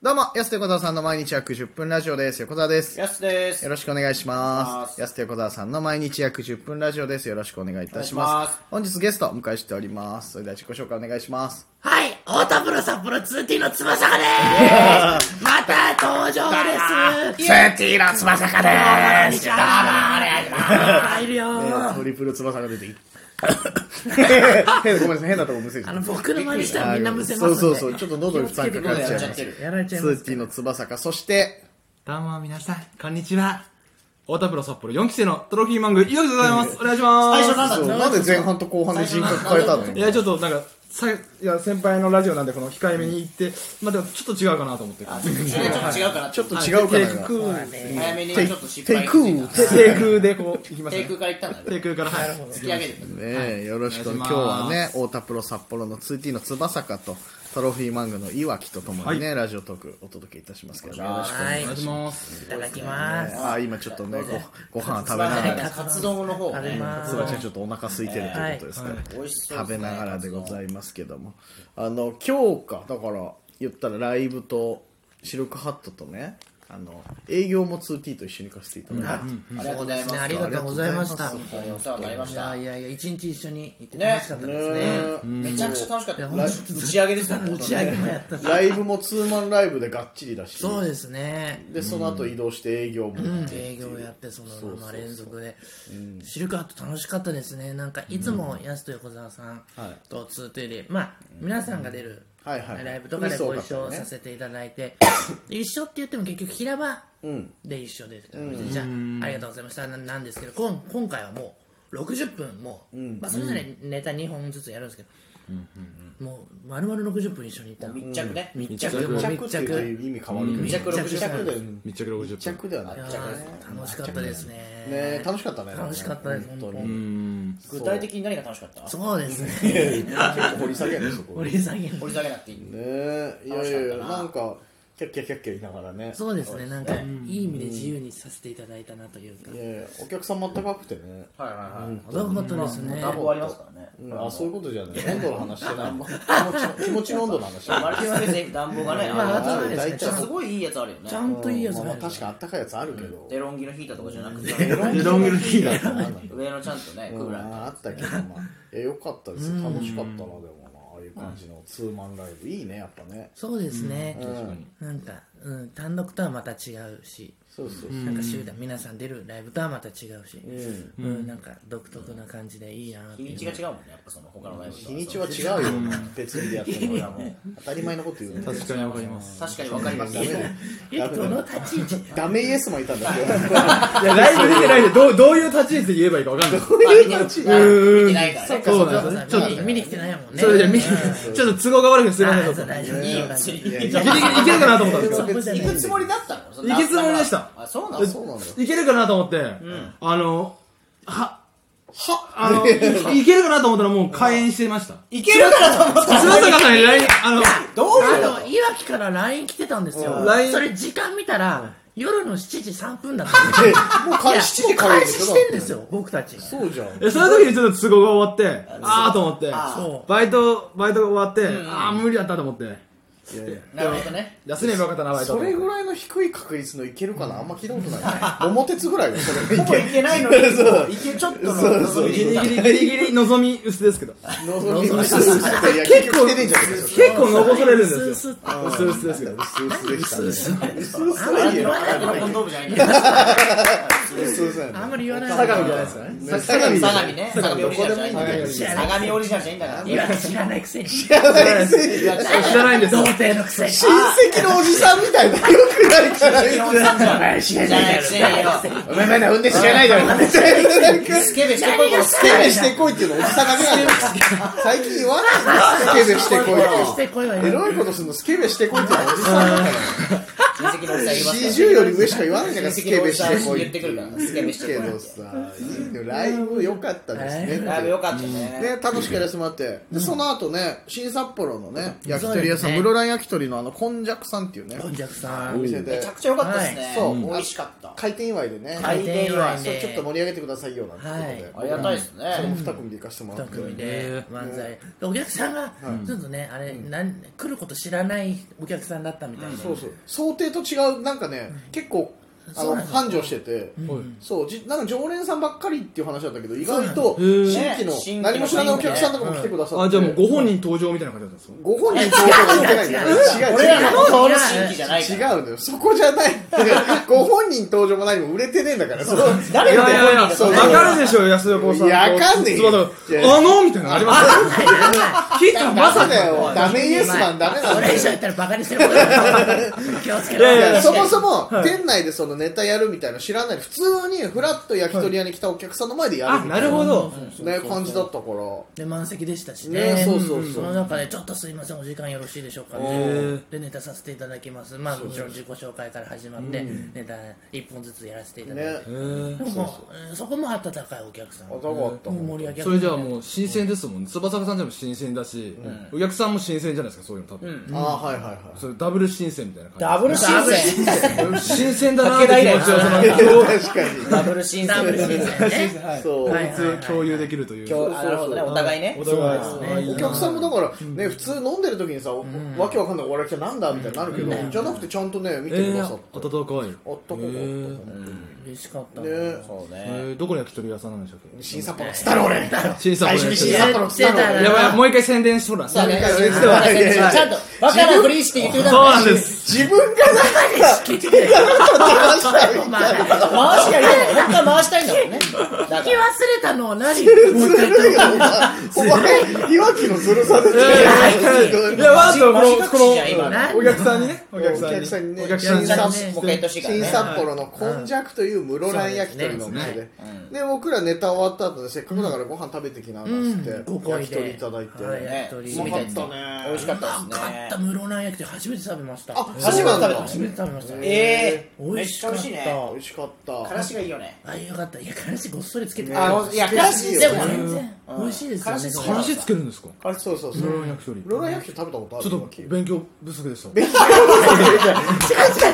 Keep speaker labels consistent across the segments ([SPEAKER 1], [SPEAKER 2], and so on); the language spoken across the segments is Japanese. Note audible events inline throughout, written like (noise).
[SPEAKER 1] どうも、安手小沢さんの毎日約10分ラジオです。横澤です。よ
[SPEAKER 2] やすです。
[SPEAKER 1] ろしくお願いし
[SPEAKER 2] お願
[SPEAKER 1] ま。
[SPEAKER 2] いしますす
[SPEAKER 1] 安手小沢さんの毎日約10分ラジオです。よろしくお願いいたします。本日ゲストをお迎えしております。それでは自己紹介お願いします。
[SPEAKER 3] はい、太田プロ札幌 2T の翼がでーすまた登場です
[SPEAKER 1] ティーラツバサカで
[SPEAKER 3] こんにちは入るよー
[SPEAKER 1] トリプル翼が出ていい変なごめんなさい、変なとこむせちゃ
[SPEAKER 3] あ
[SPEAKER 1] っ
[SPEAKER 3] の、
[SPEAKER 1] た。
[SPEAKER 3] 僕の真似したらみんなむせます
[SPEAKER 1] そ
[SPEAKER 3] ん
[SPEAKER 1] う
[SPEAKER 3] で。
[SPEAKER 1] そうそう、ちょっと喉に負担かかっちゃい
[SPEAKER 2] 喉や
[SPEAKER 1] ま
[SPEAKER 2] っちゃってる
[SPEAKER 1] す。
[SPEAKER 4] やられち
[SPEAKER 1] ツ
[SPEAKER 4] ゃいま
[SPEAKER 1] ー
[SPEAKER 4] す
[SPEAKER 1] ティーの翼か、そして、
[SPEAKER 4] どうも皆さん、こんにちは。太田プロ札幌4期生のトロフィーマング、井上でございます。お願いします。
[SPEAKER 2] 最初なんだ
[SPEAKER 1] そ
[SPEAKER 2] っ
[SPEAKER 1] う
[SPEAKER 2] て
[SPEAKER 1] なんで前半と後半で人格変えたの
[SPEAKER 4] いや、ちょっとなんか、さいや先輩のラジオなんで、この控えめに言って、まあ、でもちょっと違うかなと思って。
[SPEAKER 2] あちょっと違うかな。ちょっと
[SPEAKER 1] 違うか
[SPEAKER 4] テイ
[SPEAKER 1] らな
[SPEAKER 4] ク、
[SPEAKER 2] 早めに
[SPEAKER 1] テイ
[SPEAKER 2] ちょっと失敗がついたな。
[SPEAKER 1] テイ
[SPEAKER 4] テ
[SPEAKER 1] ク
[SPEAKER 4] イクでこう、いきまし
[SPEAKER 2] テイ
[SPEAKER 4] た
[SPEAKER 2] ク
[SPEAKER 4] ね。
[SPEAKER 2] から行ったんだ
[SPEAKER 4] テ
[SPEAKER 2] ね。
[SPEAKER 4] イクから、はい。
[SPEAKER 2] 突き上げて
[SPEAKER 1] ねえよろしく
[SPEAKER 4] お願いし
[SPEAKER 1] 今
[SPEAKER 4] ます
[SPEAKER 1] 日はね太田プロ札幌の 2T の翼かとトロフィーマングのいわきとともにね、ラジオトークお届けいたしますけどねよろしくお願いし
[SPEAKER 3] はい、
[SPEAKER 4] お願いします。
[SPEAKER 3] いただきます。
[SPEAKER 1] ますあー今ちょっとねごご飯食べながら
[SPEAKER 2] た。カツ丼の方
[SPEAKER 3] 食べ
[SPEAKER 2] ね。
[SPEAKER 3] ます
[SPEAKER 1] つ。ばちゃんちょっとお腹空いてるということですから、
[SPEAKER 2] 美味しそう。
[SPEAKER 1] 食べながらでございますけどもあの今日かだから言ったらライブとシルクハットとねあの営業も 2T と一緒に行かせていただいて、
[SPEAKER 2] ありがとうございます。
[SPEAKER 3] ありがとうございました。
[SPEAKER 2] お世話になりまし
[SPEAKER 3] い
[SPEAKER 2] た
[SPEAKER 3] や。いやいや、一日一緒に行って
[SPEAKER 2] ね
[SPEAKER 3] 楽しかったですね。
[SPEAKER 2] めちゃくちゃ楽しかった。
[SPEAKER 3] いや
[SPEAKER 2] 打ち上げですよ。
[SPEAKER 3] 打ち上げもやったし。
[SPEAKER 1] ライブもツーマンライブでがっちりだし
[SPEAKER 3] そうですね。
[SPEAKER 1] でその後移動して営業も、
[SPEAKER 3] 営業やってそのまま連続でシルクハット楽しかったですねなんかいつもやすと横澤さんと 2T でまあ皆さんが出る
[SPEAKER 1] はいはい
[SPEAKER 3] ライブとかでご一緒させていただいて一緒って言っても結局平場で一緒でじゃあありがとうございましたななんですけどこん今回はもう60分もうまあそれぞれネタ2本ずつやるんですけどもう丸々60分一緒にいた
[SPEAKER 2] 密着ね。密
[SPEAKER 3] 着
[SPEAKER 2] 着。
[SPEAKER 1] 密着っていう意味変わるけど、
[SPEAKER 2] 密着
[SPEAKER 3] 密着
[SPEAKER 2] 60分。
[SPEAKER 4] 密着60
[SPEAKER 1] 密
[SPEAKER 4] 分。
[SPEAKER 1] 着ではない
[SPEAKER 3] いや
[SPEAKER 1] ね
[SPEAKER 3] ー楽しかったですね
[SPEAKER 1] え楽しかったね
[SPEAKER 3] 楽しかったです
[SPEAKER 1] 本当
[SPEAKER 3] 本
[SPEAKER 1] に
[SPEAKER 2] 具体的に何が楽しかった
[SPEAKER 3] そうです
[SPEAKER 1] (laughs)
[SPEAKER 3] ね
[SPEAKER 1] 結構掘り下げるそこね
[SPEAKER 3] 掘り下げる
[SPEAKER 2] 掘り下げなくていい。
[SPEAKER 1] えいやいやいや
[SPEAKER 2] 楽しかったな
[SPEAKER 1] なんかキャッキャキャッキャ言いながらね
[SPEAKER 3] そうですねなんかいい意味で自由にさせていただいたなというか
[SPEAKER 1] いやいやお客さんも高くてね
[SPEAKER 2] はいはいはい。
[SPEAKER 3] よかったですね
[SPEAKER 2] タバコありますからね。
[SPEAKER 1] うんあそういうことじゃない温度の話してない気持ち気持ちの温度の話して
[SPEAKER 2] マ
[SPEAKER 1] ない
[SPEAKER 2] ルチスペースに暖房がね、
[SPEAKER 3] まあ
[SPEAKER 2] あ
[SPEAKER 3] 暖かい
[SPEAKER 2] る
[SPEAKER 3] ですね
[SPEAKER 2] めっちゃすごいいいやつあるよね
[SPEAKER 3] ち。ゃんといいやつ
[SPEAKER 1] まあ
[SPEAKER 3] が
[SPEAKER 1] まあ確かにあったかいやつあるけど
[SPEAKER 2] デロンギのヒーターとかじゃなくて、
[SPEAKER 1] デロンギルヒーだったな
[SPEAKER 2] 上のちゃんとね、クーラー
[SPEAKER 1] ああったけどまあいやよかったですよ楽しかったなでもなああいう感じのツーマンライブいいねやっぱね
[SPEAKER 3] そうですね
[SPEAKER 1] うん
[SPEAKER 3] なんかうん単独とはまた違うし
[SPEAKER 1] そうそう
[SPEAKER 3] なんか集団皆さん出るライブとはまた違うし
[SPEAKER 1] うん
[SPEAKER 3] うんなんか独特な感じでいいなって
[SPEAKER 2] 日
[SPEAKER 3] い
[SPEAKER 2] に
[SPEAKER 3] う
[SPEAKER 2] ちが違うもんね、やっぱその他のライブと
[SPEAKER 1] 日にちは違うよ別日でやってもらう当たり前のこと言うね
[SPEAKER 4] 確かにわかります。
[SPEAKER 2] 確かに分かります
[SPEAKER 1] ダメだよ
[SPEAKER 3] えこの立ち位置
[SPEAKER 1] ダメイエスマンいたんだけど
[SPEAKER 4] いや、ライブ出てないんで、どう、どういう立ち位置で言えばいいかわかんない。そうなんですね。
[SPEAKER 2] 見てないからね。
[SPEAKER 4] ちょっ
[SPEAKER 3] 見に見に来てないもん
[SPEAKER 4] と、
[SPEAKER 3] ね
[SPEAKER 4] それじゃあ、
[SPEAKER 3] うん
[SPEAKER 4] み、ちょっと都合が悪くてすいません、ちょっと
[SPEAKER 3] あそう大丈夫
[SPEAKER 2] いいよ
[SPEAKER 3] 大丈夫
[SPEAKER 2] いいよ
[SPEAKER 4] いけるいけるかなと思ったんですけど。
[SPEAKER 3] そうじゃ
[SPEAKER 2] 行
[SPEAKER 3] ない
[SPEAKER 2] くつもりだったの
[SPEAKER 4] 行くつもりでした
[SPEAKER 2] あ、そうなの
[SPEAKER 1] そうなんだ
[SPEAKER 4] いけるかなと思って、あの、は、は、あ
[SPEAKER 1] (laughs)
[SPEAKER 4] の、いいけるかなと思ったらもう開演してました。
[SPEAKER 2] 行けるからと思った
[SPEAKER 4] 柴坂さんに LINE、あの、
[SPEAKER 2] どういう
[SPEAKER 3] あの、いわきから LINE 来てたんですよ。
[SPEAKER 4] LINE
[SPEAKER 3] それ時間見たら、夜の7時3分だったんですよ。
[SPEAKER 1] もう開始
[SPEAKER 3] もう開始してんですすよ、僕たち。そ
[SPEAKER 1] そうじゃん
[SPEAKER 4] えその時にちょっと都合が終わって、あーと思って、
[SPEAKER 3] そ
[SPEAKER 4] バイト、バイトが終わって、あー無理だったと思って、
[SPEAKER 2] なるほどね。
[SPEAKER 4] 休めばよかったな、バイト。
[SPEAKER 1] それぐらいの低い確率のいけるかなあんま聞いたことない桃鉄ぐらいよそれ
[SPEAKER 2] ほぼ (laughs) 行けないのに、行けちょっとの望み
[SPEAKER 4] ギ
[SPEAKER 2] で
[SPEAKER 4] リ
[SPEAKER 2] 行っ
[SPEAKER 4] ギリ、ギリギリ、望み薄ですけ
[SPEAKER 1] (laughs)
[SPEAKER 4] ど。
[SPEAKER 1] 望み薄々っていや結構出てんじゃねえか
[SPEAKER 4] 結構残されるん
[SPEAKER 3] う
[SPEAKER 4] です
[SPEAKER 3] す
[SPEAKER 4] よ。
[SPEAKER 3] っと。あ
[SPEAKER 4] 薄々ですけど。
[SPEAKER 1] 薄々でしたね薄
[SPEAKER 3] んま
[SPEAKER 1] 々
[SPEAKER 3] り言わない
[SPEAKER 2] た
[SPEAKER 3] で
[SPEAKER 2] の
[SPEAKER 3] く
[SPEAKER 2] コン
[SPEAKER 3] れ
[SPEAKER 2] ドームじゃないんだよ。
[SPEAKER 1] 薄々だよ
[SPEAKER 3] あん
[SPEAKER 1] ね
[SPEAKER 3] まり言わな
[SPEAKER 4] 相
[SPEAKER 3] い
[SPEAKER 4] 模じゃないで
[SPEAKER 3] で
[SPEAKER 4] すすかね。
[SPEAKER 2] 相模ね。相模オリジナ
[SPEAKER 1] ど
[SPEAKER 2] ルじゃないんだ
[SPEAKER 1] こ
[SPEAKER 2] よ。
[SPEAKER 1] でもいいんだ
[SPEAKER 3] よ
[SPEAKER 2] 相模オリジナルじゃないんだから。
[SPEAKER 3] いわき知らないくせに。知
[SPEAKER 4] 知らないんですよ
[SPEAKER 3] 童。貞のくせに。
[SPEAKER 1] 親戚のおじさんみたいなよくないじゃない
[SPEAKER 2] 基本さんじゃない。
[SPEAKER 3] 知
[SPEAKER 2] じゃ
[SPEAKER 3] らな
[SPEAKER 2] ないい
[SPEAKER 3] く
[SPEAKER 2] く
[SPEAKER 3] せ
[SPEAKER 2] せ
[SPEAKER 3] に。
[SPEAKER 2] によ。
[SPEAKER 1] お前まだ運転知らないだろ
[SPEAKER 2] スケベしてこいから
[SPEAKER 1] スケベしてこいっていうのおじさんがね最近言わないスケベしてこい
[SPEAKER 3] 恋をし
[SPEAKER 1] って
[SPEAKER 3] て恋は
[SPEAKER 1] エ
[SPEAKER 3] よ。
[SPEAKER 1] ロいことするのスケベしてこいっていうのおじさんだから
[SPEAKER 2] 親戚のおじさん言いますから
[SPEAKER 1] 40より上しか言わないじゃん
[SPEAKER 2] 親
[SPEAKER 1] か、ス
[SPEAKER 2] 戚
[SPEAKER 1] ケ
[SPEAKER 2] のお
[SPEAKER 1] ベ
[SPEAKER 2] じ
[SPEAKER 1] し
[SPEAKER 2] さん
[SPEAKER 1] てこい
[SPEAKER 2] 言ってくるからスケベしてこ
[SPEAKER 1] け
[SPEAKER 2] いって
[SPEAKER 1] どさ、いいよライブ良かったですね。
[SPEAKER 2] ライブよかったね
[SPEAKER 1] ね、楽しくやらせてもらって、でその後ね、新札幌のね、焼き鳥屋さ、
[SPEAKER 3] そうんですね
[SPEAKER 1] 室蘭焼き鳥のあの、こんじゃくさんっていうね、
[SPEAKER 3] こんじゃくさ
[SPEAKER 1] お
[SPEAKER 3] ん
[SPEAKER 1] 店
[SPEAKER 2] め
[SPEAKER 1] で
[SPEAKER 2] ちゃ、くちゃ良かったですね
[SPEAKER 1] そう
[SPEAKER 2] 美味しかった
[SPEAKER 1] 開店祝いでね、
[SPEAKER 2] 開店祝い
[SPEAKER 1] そうちょっと盛り上げてくださいよなんていうこ
[SPEAKER 2] あ
[SPEAKER 1] と
[SPEAKER 2] り
[SPEAKER 1] で、
[SPEAKER 2] がたいですね
[SPEAKER 1] それも2組で行かせてもら
[SPEAKER 3] 一
[SPEAKER 1] って。
[SPEAKER 3] 組で漫才でお客さんがちょっとねあれなん来ること知らないお客さんだったみたいな
[SPEAKER 1] そうそう想定と違うなんかね、結構あ
[SPEAKER 3] そう
[SPEAKER 1] の
[SPEAKER 3] なんですよ
[SPEAKER 1] 繁盛してて、そうじなんか常連さんばっかりっていう話だったけど意外と
[SPEAKER 4] そうなんで
[SPEAKER 1] 新
[SPEAKER 4] す
[SPEAKER 2] へー
[SPEAKER 1] 規の
[SPEAKER 2] ね新規
[SPEAKER 1] 何
[SPEAKER 2] の
[SPEAKER 1] も知らないお客さんとかも来てくださって、
[SPEAKER 4] あ、じゃあもうご本人登場みたいな感じだったんですか
[SPEAKER 1] ご本人登場が言ってないんだよ違う
[SPEAKER 2] 俺らの
[SPEAKER 3] 違う
[SPEAKER 2] 俺新規じゃない
[SPEAKER 1] 違
[SPEAKER 2] か
[SPEAKER 1] う
[SPEAKER 2] ら
[SPEAKER 1] のよそこじゃないご本人登場も何も売れてねえんだからその
[SPEAKER 2] 誰が
[SPEAKER 4] いやいやいや、
[SPEAKER 1] そう
[SPEAKER 4] わかるでしょ、安横さんと。
[SPEAKER 1] いやわかんねえよ
[SPEAKER 4] そうだあのみたいなのあります聞いたま
[SPEAKER 1] ま
[SPEAKER 4] さ
[SPEAKER 1] さ
[SPEAKER 4] か。
[SPEAKER 1] だよダメイエスマンダメなん
[SPEAKER 3] そ
[SPEAKER 1] だ
[SPEAKER 3] れ以
[SPEAKER 1] よ
[SPEAKER 3] 上言ったらバカにすることだから気をつけろ
[SPEAKER 4] いやいや
[SPEAKER 1] そもそも店内でそのネタやるみたいな知らない普通にフラッと焼き鳥屋に来たお客さんの前でやる
[SPEAKER 4] あ、
[SPEAKER 1] みた
[SPEAKER 4] ない
[SPEAKER 1] な
[SPEAKER 4] るほど。
[SPEAKER 1] ね感じだったから
[SPEAKER 3] で満席でしたし
[SPEAKER 1] ね
[SPEAKER 3] ね
[SPEAKER 1] そうそうそうん
[SPEAKER 3] の中でちょっとすいませんお時間よろしいでしょうか
[SPEAKER 4] ー
[SPEAKER 3] でネタさせていただきますまあもちろん自己紹介から始まってネタ1本ずつやらせていただい
[SPEAKER 1] ね
[SPEAKER 3] てでももうそこも温かいお客さん
[SPEAKER 1] 温かかった
[SPEAKER 3] もう盛り上げ
[SPEAKER 5] それじゃあもう新鮮ですもんね翼さんでも新鮮だし、お客さんも新鮮じゃないですかそういうの多分、
[SPEAKER 1] ああはいはいはい
[SPEAKER 5] それダブル新鮮みたいな感
[SPEAKER 2] ダブル新鮮
[SPEAKER 5] じ新鮮だなって気持ちをその
[SPEAKER 1] 確かに
[SPEAKER 2] ダブル新
[SPEAKER 3] ダブ
[SPEAKER 2] 鮮
[SPEAKER 3] ル新鮮ね
[SPEAKER 1] そう
[SPEAKER 3] はい
[SPEAKER 5] 共通共有できるという
[SPEAKER 2] 今日あなるほどねお互いね
[SPEAKER 5] お互いです
[SPEAKER 1] お客さんもだから、ね、普通飲んでる時にさ、わけわかんないお笑い来てなんだみたいになるけど、じゃなくてちゃんとね見てく
[SPEAKER 5] え
[SPEAKER 1] だ
[SPEAKER 5] ー、
[SPEAKER 1] さっ
[SPEAKER 5] 温
[SPEAKER 1] て、
[SPEAKER 5] か
[SPEAKER 1] あ
[SPEAKER 5] い、
[SPEAKER 1] ったかかった、
[SPEAKER 3] 嬉しかった
[SPEAKER 1] ね
[SPEAKER 2] そう
[SPEAKER 5] え
[SPEAKER 2] ね
[SPEAKER 5] ー、どこの焼き鳥屋さんなんでしたっけ
[SPEAKER 1] 新札幌っつったろ俺
[SPEAKER 5] 新さ
[SPEAKER 1] 最
[SPEAKER 5] ん
[SPEAKER 1] 初に新札幌っつったろ
[SPEAKER 3] や
[SPEAKER 1] 俺
[SPEAKER 5] やばいもう一回宣伝しとら
[SPEAKER 2] そうね
[SPEAKER 1] そうね
[SPEAKER 2] そうねちゃんとバカなふりして言ってくだ
[SPEAKER 5] そうな
[SPEAKER 2] さ
[SPEAKER 5] ん
[SPEAKER 2] い
[SPEAKER 5] です
[SPEAKER 1] 自分がなんか手がなんか出ましたみたいな
[SPEAKER 2] 回
[SPEAKER 1] (laughs)
[SPEAKER 2] しがいない本当は回したいんだもんねだか
[SPEAKER 3] 聞き忘
[SPEAKER 2] ら
[SPEAKER 3] れたのは何
[SPEAKER 1] ずるいよお前お前いわきのずるさで
[SPEAKER 5] いやいやわざとこのこ
[SPEAKER 2] 口じゃん今
[SPEAKER 5] のお客さんにねお客
[SPEAKER 1] お客さ
[SPEAKER 5] さん
[SPEAKER 1] んに
[SPEAKER 5] に
[SPEAKER 1] ね
[SPEAKER 5] お客さんに
[SPEAKER 2] ちゃん
[SPEAKER 1] 新
[SPEAKER 2] ともう一回言ってほしいから
[SPEAKER 1] 新
[SPEAKER 2] ね
[SPEAKER 1] 札幌のこんじゃくという室蘭焼き鳥のお店でで僕らネタ終わった後でせっかくだからご飯食べてきななんつって
[SPEAKER 3] ご好意
[SPEAKER 1] 焼き鳥
[SPEAKER 3] で
[SPEAKER 1] いただいて
[SPEAKER 3] は
[SPEAKER 1] う
[SPEAKER 3] 焼き
[SPEAKER 2] ね
[SPEAKER 3] 鳥
[SPEAKER 2] そう
[SPEAKER 1] ま
[SPEAKER 2] み
[SPEAKER 1] か
[SPEAKER 2] た
[SPEAKER 1] っ
[SPEAKER 2] いです
[SPEAKER 1] たね
[SPEAKER 2] ね美味しかった
[SPEAKER 3] うまかっ
[SPEAKER 2] で
[SPEAKER 3] た
[SPEAKER 2] すね
[SPEAKER 3] 室蘭焼き鳥初めて食べました
[SPEAKER 1] あ
[SPEAKER 2] 初めて食べた
[SPEAKER 3] 初めて食べました
[SPEAKER 2] えー
[SPEAKER 3] 美味しかっ
[SPEAKER 2] めっちゃ美味しいね
[SPEAKER 3] た
[SPEAKER 1] 美味しかっ
[SPEAKER 2] から
[SPEAKER 1] た
[SPEAKER 2] しがいいよね
[SPEAKER 3] あよかったいやからしごっそりつけて
[SPEAKER 1] あ
[SPEAKER 2] いやからしでもね
[SPEAKER 3] 全然美味しいですよね
[SPEAKER 5] からしつけるんですか
[SPEAKER 1] あれそうそうそ
[SPEAKER 5] 黒
[SPEAKER 1] う
[SPEAKER 5] 焼き鳥
[SPEAKER 1] 室蘭焼き鳥食べたことある
[SPEAKER 5] ちょっと勉強不足でしたいや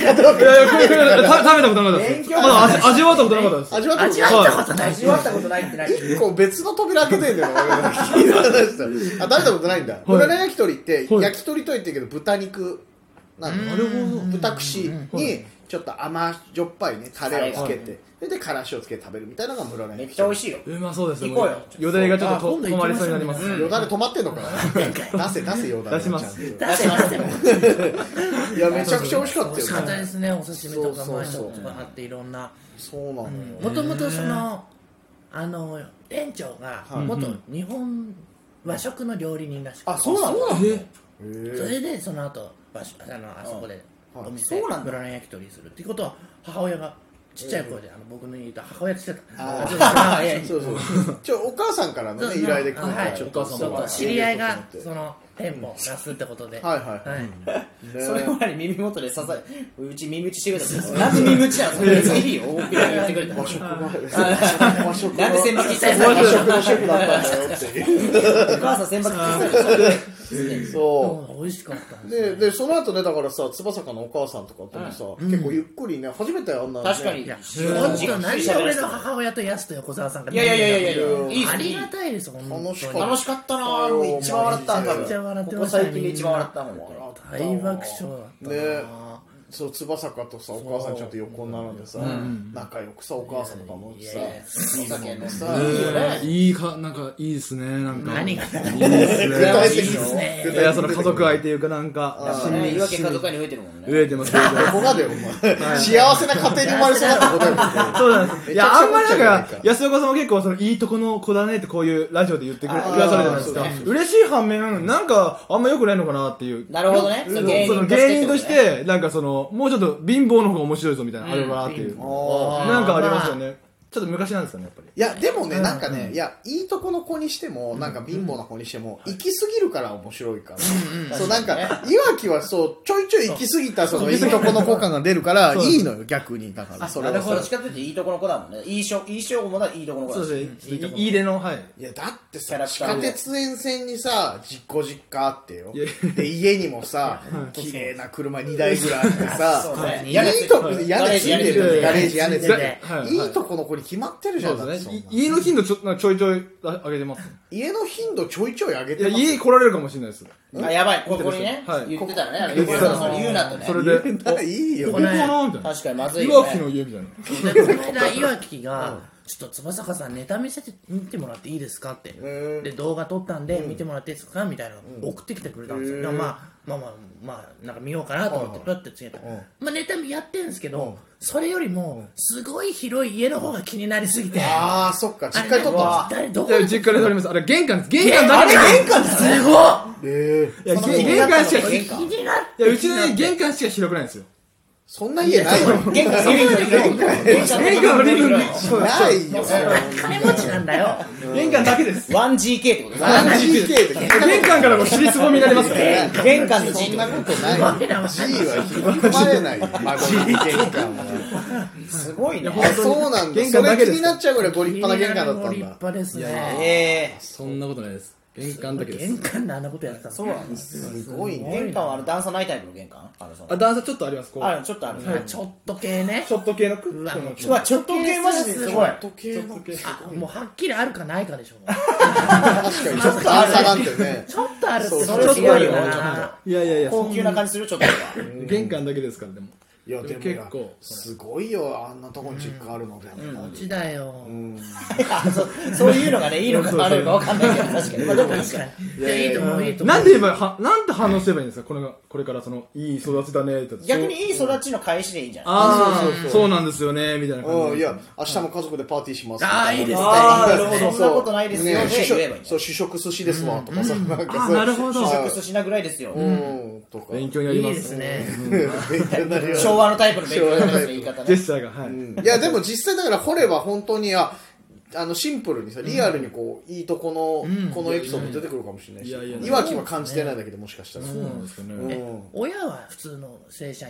[SPEAKER 5] いや、これ、これ、食べたことなかったです。まだ味、味わったことなかったです。
[SPEAKER 1] 味わったこと
[SPEAKER 3] 味
[SPEAKER 1] ない
[SPEAKER 3] わったことない
[SPEAKER 2] 味わったことないってない
[SPEAKER 1] 結構別の扉開けてんだよ、俺が聞いた話だあ、食べたことないんだ。
[SPEAKER 5] い
[SPEAKER 1] 室蘭焼き鳥って、
[SPEAKER 5] はい
[SPEAKER 1] 焼き鳥と言ってるけど、豚肉なんだ
[SPEAKER 5] なるほど。
[SPEAKER 1] 豚串に、ちょっと甘じょっぱいね、タレをつけて、それで、からしをつけて食べるみたいなのが室蘭
[SPEAKER 2] めっ
[SPEAKER 1] 焼き
[SPEAKER 2] ちゃ
[SPEAKER 1] 鳥。
[SPEAKER 2] 美味しいよ
[SPEAKER 5] うまそうですね。
[SPEAKER 2] 行こうよ
[SPEAKER 5] よだれがちょっ
[SPEAKER 3] あ
[SPEAKER 5] と
[SPEAKER 3] 今
[SPEAKER 5] と
[SPEAKER 3] 度行き
[SPEAKER 5] 止
[SPEAKER 3] まし
[SPEAKER 5] ま
[SPEAKER 3] ょう
[SPEAKER 5] りそうになります。
[SPEAKER 1] よだれ止まってんのかな出せ、出せ、よだれ。
[SPEAKER 5] 出します
[SPEAKER 1] ちゃん
[SPEAKER 3] 出してますよ
[SPEAKER 1] といや、めちゃくちゃ美味しかっ
[SPEAKER 3] 美味しかったた
[SPEAKER 1] よ
[SPEAKER 3] で
[SPEAKER 1] ね。
[SPEAKER 3] すねお刺身とか
[SPEAKER 1] そうそう
[SPEAKER 3] マッシ
[SPEAKER 1] そう
[SPEAKER 3] ュとかあっていろんな
[SPEAKER 1] そうなのよ。
[SPEAKER 3] もともとそのあの店長が
[SPEAKER 1] い
[SPEAKER 3] 元日本和食の料理人らしくて
[SPEAKER 1] あ、そうなの
[SPEAKER 5] え
[SPEAKER 3] それでその後場所あのあそこで
[SPEAKER 1] はい
[SPEAKER 3] お店
[SPEAKER 2] そうなんだ
[SPEAKER 3] ブラン焼き鳥にするっていうことは母親がちっちゃい声であの僕の家いた母親って言って
[SPEAKER 1] あ
[SPEAKER 3] た
[SPEAKER 1] そうそう。ちょ、お母さんからのね、 (laughs) 依頼で来るから、ちょっと
[SPEAKER 5] お母さん
[SPEAKER 3] そう知り合いがその店舗を出すってことで
[SPEAKER 1] は
[SPEAKER 3] はい
[SPEAKER 1] はいね
[SPEAKER 2] それまで耳元で刺さうち耳打ちしてくれたんです (laughs) なんで耳打ちなのそれ別にいいよ大っぴらに言って (laughs) くれた
[SPEAKER 1] 和食が、和食が
[SPEAKER 2] なんで千箔切った
[SPEAKER 1] 和
[SPEAKER 2] の
[SPEAKER 1] 食のシェフだったんだよっていう。
[SPEAKER 2] お母さん千箔切ったの
[SPEAKER 1] そ
[SPEAKER 3] うん美味しかった
[SPEAKER 1] う。で、で、その後ね、だからさ、翼かのお母さんとかともさ、結構ゆっくりね、初めてあんなね
[SPEAKER 2] 確かに
[SPEAKER 3] いや
[SPEAKER 2] 本
[SPEAKER 3] 本
[SPEAKER 2] 当
[SPEAKER 3] 当何で俺の母親とヤスと横澤さんが
[SPEAKER 2] いやいやいやいやいやいいっす
[SPEAKER 3] ありがたいです本当に
[SPEAKER 1] 楽しかった
[SPEAKER 2] 楽しかったなぁ一番笑ったんだ
[SPEAKER 3] めっちゃ笑って
[SPEAKER 2] こ
[SPEAKER 3] ま
[SPEAKER 2] こ
[SPEAKER 3] したね
[SPEAKER 2] 最近で一番笑ったもん俺
[SPEAKER 3] 大爆笑だったな
[SPEAKER 1] ねそう、翼かとさ、お母さんちょっと横に並んでさ、仲良くさ、お母さんとかも
[SPEAKER 3] いや
[SPEAKER 1] さ
[SPEAKER 3] い、や
[SPEAKER 2] お酒飲んで
[SPEAKER 1] さ、
[SPEAKER 5] ーいいか、なんか、いいですね。なんか。
[SPEAKER 3] 何が
[SPEAKER 5] いいです
[SPEAKER 1] 具
[SPEAKER 5] ね。
[SPEAKER 1] 体的
[SPEAKER 3] いいですね
[SPEAKER 5] いや、その家族愛というか、なんか、
[SPEAKER 2] だからね言い訳家族に増えてるもんね
[SPEAKER 5] 飢えてます。飢えてます
[SPEAKER 1] ここがだよ、お前。幸せな家庭に生まれそうだったこと
[SPEAKER 5] (laughs)
[SPEAKER 1] だ
[SPEAKER 5] そうなんです。いや、あんまりなんか
[SPEAKER 1] め、ち
[SPEAKER 5] 安岡さんも結構、その、いいとこの子だねって、こういうラジオで言ってくれく
[SPEAKER 1] あー
[SPEAKER 5] ださるじゃないですか
[SPEAKER 1] そうそ。
[SPEAKER 5] 嬉しい反面、なんか、あんま良くないのかなっていう。
[SPEAKER 2] なるほどね
[SPEAKER 5] その芸人とし
[SPEAKER 2] ね
[SPEAKER 5] て、なんかその、もうちょっと貧乏の方が面白いぞみたいな、あれかなっていう。
[SPEAKER 1] よ。
[SPEAKER 5] なんかありましたよね。ちょっと昔なんですかねやっぱり
[SPEAKER 1] いや、でもね、なんかね、いや、いいとこの子にしても、なんか貧乏な子にしても、行き過ぎるから面白いから。そう、なんか、いわきはそう、ちょいちょい行き過ぎた、その、いいとこの子感が出るから、いいのよ、逆に。だから、それ
[SPEAKER 2] なる
[SPEAKER 1] は
[SPEAKER 2] ほど。ど
[SPEAKER 1] さ
[SPEAKER 2] っち。かというといいとこの子だもんね。いいしょ、いいしょもないいとこの子だ
[SPEAKER 5] そう
[SPEAKER 2] もんね。
[SPEAKER 5] ですねいい入れのはい
[SPEAKER 1] いや、だって
[SPEAKER 2] キャ
[SPEAKER 1] さ、
[SPEAKER 2] ラク
[SPEAKER 1] 地
[SPEAKER 2] ター
[SPEAKER 1] 下
[SPEAKER 2] も
[SPEAKER 1] 鉄沿線にさ、実家実家あってよ。で、家にもさ、綺麗な車2台ぐらいあって
[SPEAKER 2] そう
[SPEAKER 1] さ、
[SPEAKER 2] ね。
[SPEAKER 1] いいとこ、屋根ついてるよねガ
[SPEAKER 2] ガ
[SPEAKER 1] レー
[SPEAKER 2] レー
[SPEAKER 1] ジ
[SPEAKER 2] ジ
[SPEAKER 1] 屋根ついてる
[SPEAKER 5] はい。はい
[SPEAKER 1] いいとこの子に決まってるじゃん、
[SPEAKER 5] そ
[SPEAKER 1] だ
[SPEAKER 5] う
[SPEAKER 1] って
[SPEAKER 5] です
[SPEAKER 1] そん
[SPEAKER 5] ね
[SPEAKER 1] ない
[SPEAKER 5] 家の頻度ちょなんかちょいちょいあ上げてますね
[SPEAKER 1] 家の頻度ちょいちょい上げ
[SPEAKER 5] い
[SPEAKER 1] て
[SPEAKER 5] や
[SPEAKER 1] ますよ
[SPEAKER 5] 家来られるかもしれないです
[SPEAKER 2] あ、やばい。ここにね
[SPEAKER 5] は、い
[SPEAKER 2] 言ってたらね。あの
[SPEAKER 5] 言ってた
[SPEAKER 2] それ言うなとね
[SPEAKER 5] そ。れで
[SPEAKER 1] だ (laughs) からいいよ
[SPEAKER 5] ここかなみたいな
[SPEAKER 2] 確かにまずい
[SPEAKER 5] い
[SPEAKER 2] よ
[SPEAKER 5] わ
[SPEAKER 2] ね。
[SPEAKER 5] きの家みたいな
[SPEAKER 3] でこの間いわきが「ちょっと翼坂さんネタ見せて見てもらっていいですか?」ってで動画撮ったんで見てもらっていいですかみたいなの送ってきてくれたんですよだからまあまあまあまあなんか見ようかなと思ってプラッてつけたまあネタやってるんですけどそれよりもすごい広い家の方が気になりすぎてあ
[SPEAKER 1] ああ、そっか、実家
[SPEAKER 3] れ
[SPEAKER 1] に撮ったんです
[SPEAKER 3] 誰どこ
[SPEAKER 5] いや実家で撮りますあれ玄関です玄関だけ
[SPEAKER 3] 玄関すご
[SPEAKER 1] ねえ
[SPEAKER 5] いや
[SPEAKER 2] その
[SPEAKER 5] 玄関しか
[SPEAKER 2] 玄
[SPEAKER 3] い
[SPEAKER 2] 関
[SPEAKER 3] 気になっ
[SPEAKER 5] いやうちの家玄関しか広くないんですよ
[SPEAKER 1] そんな家ないよ。
[SPEAKER 2] 玄関リビング玄関
[SPEAKER 5] 玄関はリビング
[SPEAKER 1] ないよ。
[SPEAKER 3] 金持ちなんだよ
[SPEAKER 4] 玄関だけです。
[SPEAKER 2] 1GK ってことだ
[SPEAKER 1] 1GK で買った
[SPEAKER 5] 玄関からもう尻すぼみになりますからね
[SPEAKER 2] 玄関の G
[SPEAKER 1] そん
[SPEAKER 2] って
[SPEAKER 1] な
[SPEAKER 2] こ
[SPEAKER 1] ことないよ。G は引き込まれないよ。孫に玄関は。
[SPEAKER 2] とすごいね。
[SPEAKER 1] あ、そうなんだ。
[SPEAKER 5] 玄
[SPEAKER 1] そ
[SPEAKER 5] 関
[SPEAKER 1] れ
[SPEAKER 5] だけ
[SPEAKER 1] 気
[SPEAKER 5] です
[SPEAKER 1] になっちゃうぐらいご立派な玄関だ
[SPEAKER 3] ご
[SPEAKER 1] ったん
[SPEAKER 3] 立
[SPEAKER 1] だ。
[SPEAKER 3] 派ですね
[SPEAKER 2] えー
[SPEAKER 5] そんなことないです玄関だけです
[SPEAKER 3] 玄関であんなことやってたの
[SPEAKER 2] そうなんですよ。
[SPEAKER 1] すごいね。
[SPEAKER 2] 玄関はあの段差ないタイプの玄関あのその
[SPEAKER 5] あ段差ちょっとありますこう
[SPEAKER 2] あるちょっとある。
[SPEAKER 3] あちょっと系ね
[SPEAKER 5] ちょっと系の
[SPEAKER 3] うわもうち
[SPEAKER 2] うわ、ちょっと系マジですごい。
[SPEAKER 3] あもうはっきりあるかないかでしょうね
[SPEAKER 1] 確かに、ちょっと段差なんてね。
[SPEAKER 3] ちょっとあるっ
[SPEAKER 1] (laughs)
[SPEAKER 3] て
[SPEAKER 1] そう
[SPEAKER 3] そ
[SPEAKER 2] ちょ
[SPEAKER 3] れ
[SPEAKER 2] っ
[SPEAKER 3] す
[SPEAKER 2] と
[SPEAKER 3] ごいよ
[SPEAKER 2] ちょっと
[SPEAKER 3] ない
[SPEAKER 5] やいやいや
[SPEAKER 2] 高級な感じするちょっとは。
[SPEAKER 5] 玄関だけですからでも
[SPEAKER 1] いや、でも結
[SPEAKER 5] 結構
[SPEAKER 1] すごいよ、あんなとこに実家あるので。
[SPEAKER 3] こっちだよ
[SPEAKER 2] (laughs) そそういうのがね、いいのかあるのかわかんないけど、確かに。まあでもいいです
[SPEAKER 3] 確
[SPEAKER 2] か。
[SPEAKER 3] からにいやいいと思ういいと思う
[SPEAKER 5] なんで言えばはなんて反応すればいいんですかこれがこれからそのいい育ちだねって
[SPEAKER 2] 逆にいい育ちの返しでいいんじゃない
[SPEAKER 5] ああそうなんですよねみたいな感じ
[SPEAKER 1] うん、
[SPEAKER 5] で
[SPEAKER 1] いや、明日も家族でパーティーします。
[SPEAKER 3] あーいいですね
[SPEAKER 2] あー
[SPEAKER 1] みたい
[SPEAKER 2] なるほどそんなことないですよ
[SPEAKER 1] ね
[SPEAKER 2] で
[SPEAKER 1] 主
[SPEAKER 2] 言えばいい
[SPEAKER 1] 食
[SPEAKER 2] んだ
[SPEAKER 1] そう、主食寿司ですわ、とかさ、なんか
[SPEAKER 4] あ
[SPEAKER 1] そう
[SPEAKER 4] なるほど
[SPEAKER 1] そう
[SPEAKER 2] 食寿司なぐらいですよ。
[SPEAKER 1] うん、とか。
[SPEAKER 5] 勉強にないり
[SPEAKER 3] い
[SPEAKER 5] ま
[SPEAKER 3] です
[SPEAKER 5] す
[SPEAKER 3] ね
[SPEAKER 2] 昭和のタイプの勉強なんですよ、言い方
[SPEAKER 5] ジェ
[SPEAKER 2] ね。
[SPEAKER 5] スチャーがはい
[SPEAKER 1] いや、でも実際だから掘れば本当に、あ、あの、シンプルにさ、リアルにこう、いいとこの、このエピソード出てくるかもしれないし、
[SPEAKER 5] いやいや
[SPEAKER 1] いわきは感じてないだけでもしかしたら。
[SPEAKER 5] そうなんですかね
[SPEAKER 1] うん
[SPEAKER 3] 親は普通の正社員